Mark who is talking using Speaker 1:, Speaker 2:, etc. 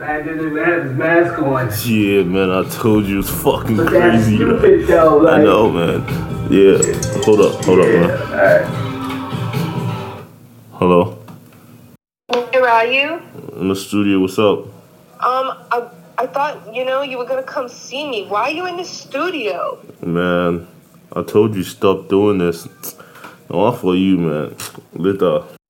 Speaker 1: I didn't have his mask on.
Speaker 2: Yeah, man, I told you it's fucking
Speaker 1: But that's
Speaker 2: crazy. though.
Speaker 1: stupid though. Like,
Speaker 2: I know, man. Yeah. Hold up, hold up, man.
Speaker 1: Alright.
Speaker 2: Hello.
Speaker 3: Where are you?
Speaker 2: In the studio, what's up?
Speaker 3: Um, I, I thought, you know, you were gonna come see me. Why are you in the studio?
Speaker 2: Man, I told you stop doing this. No, I for you, man. Lit up.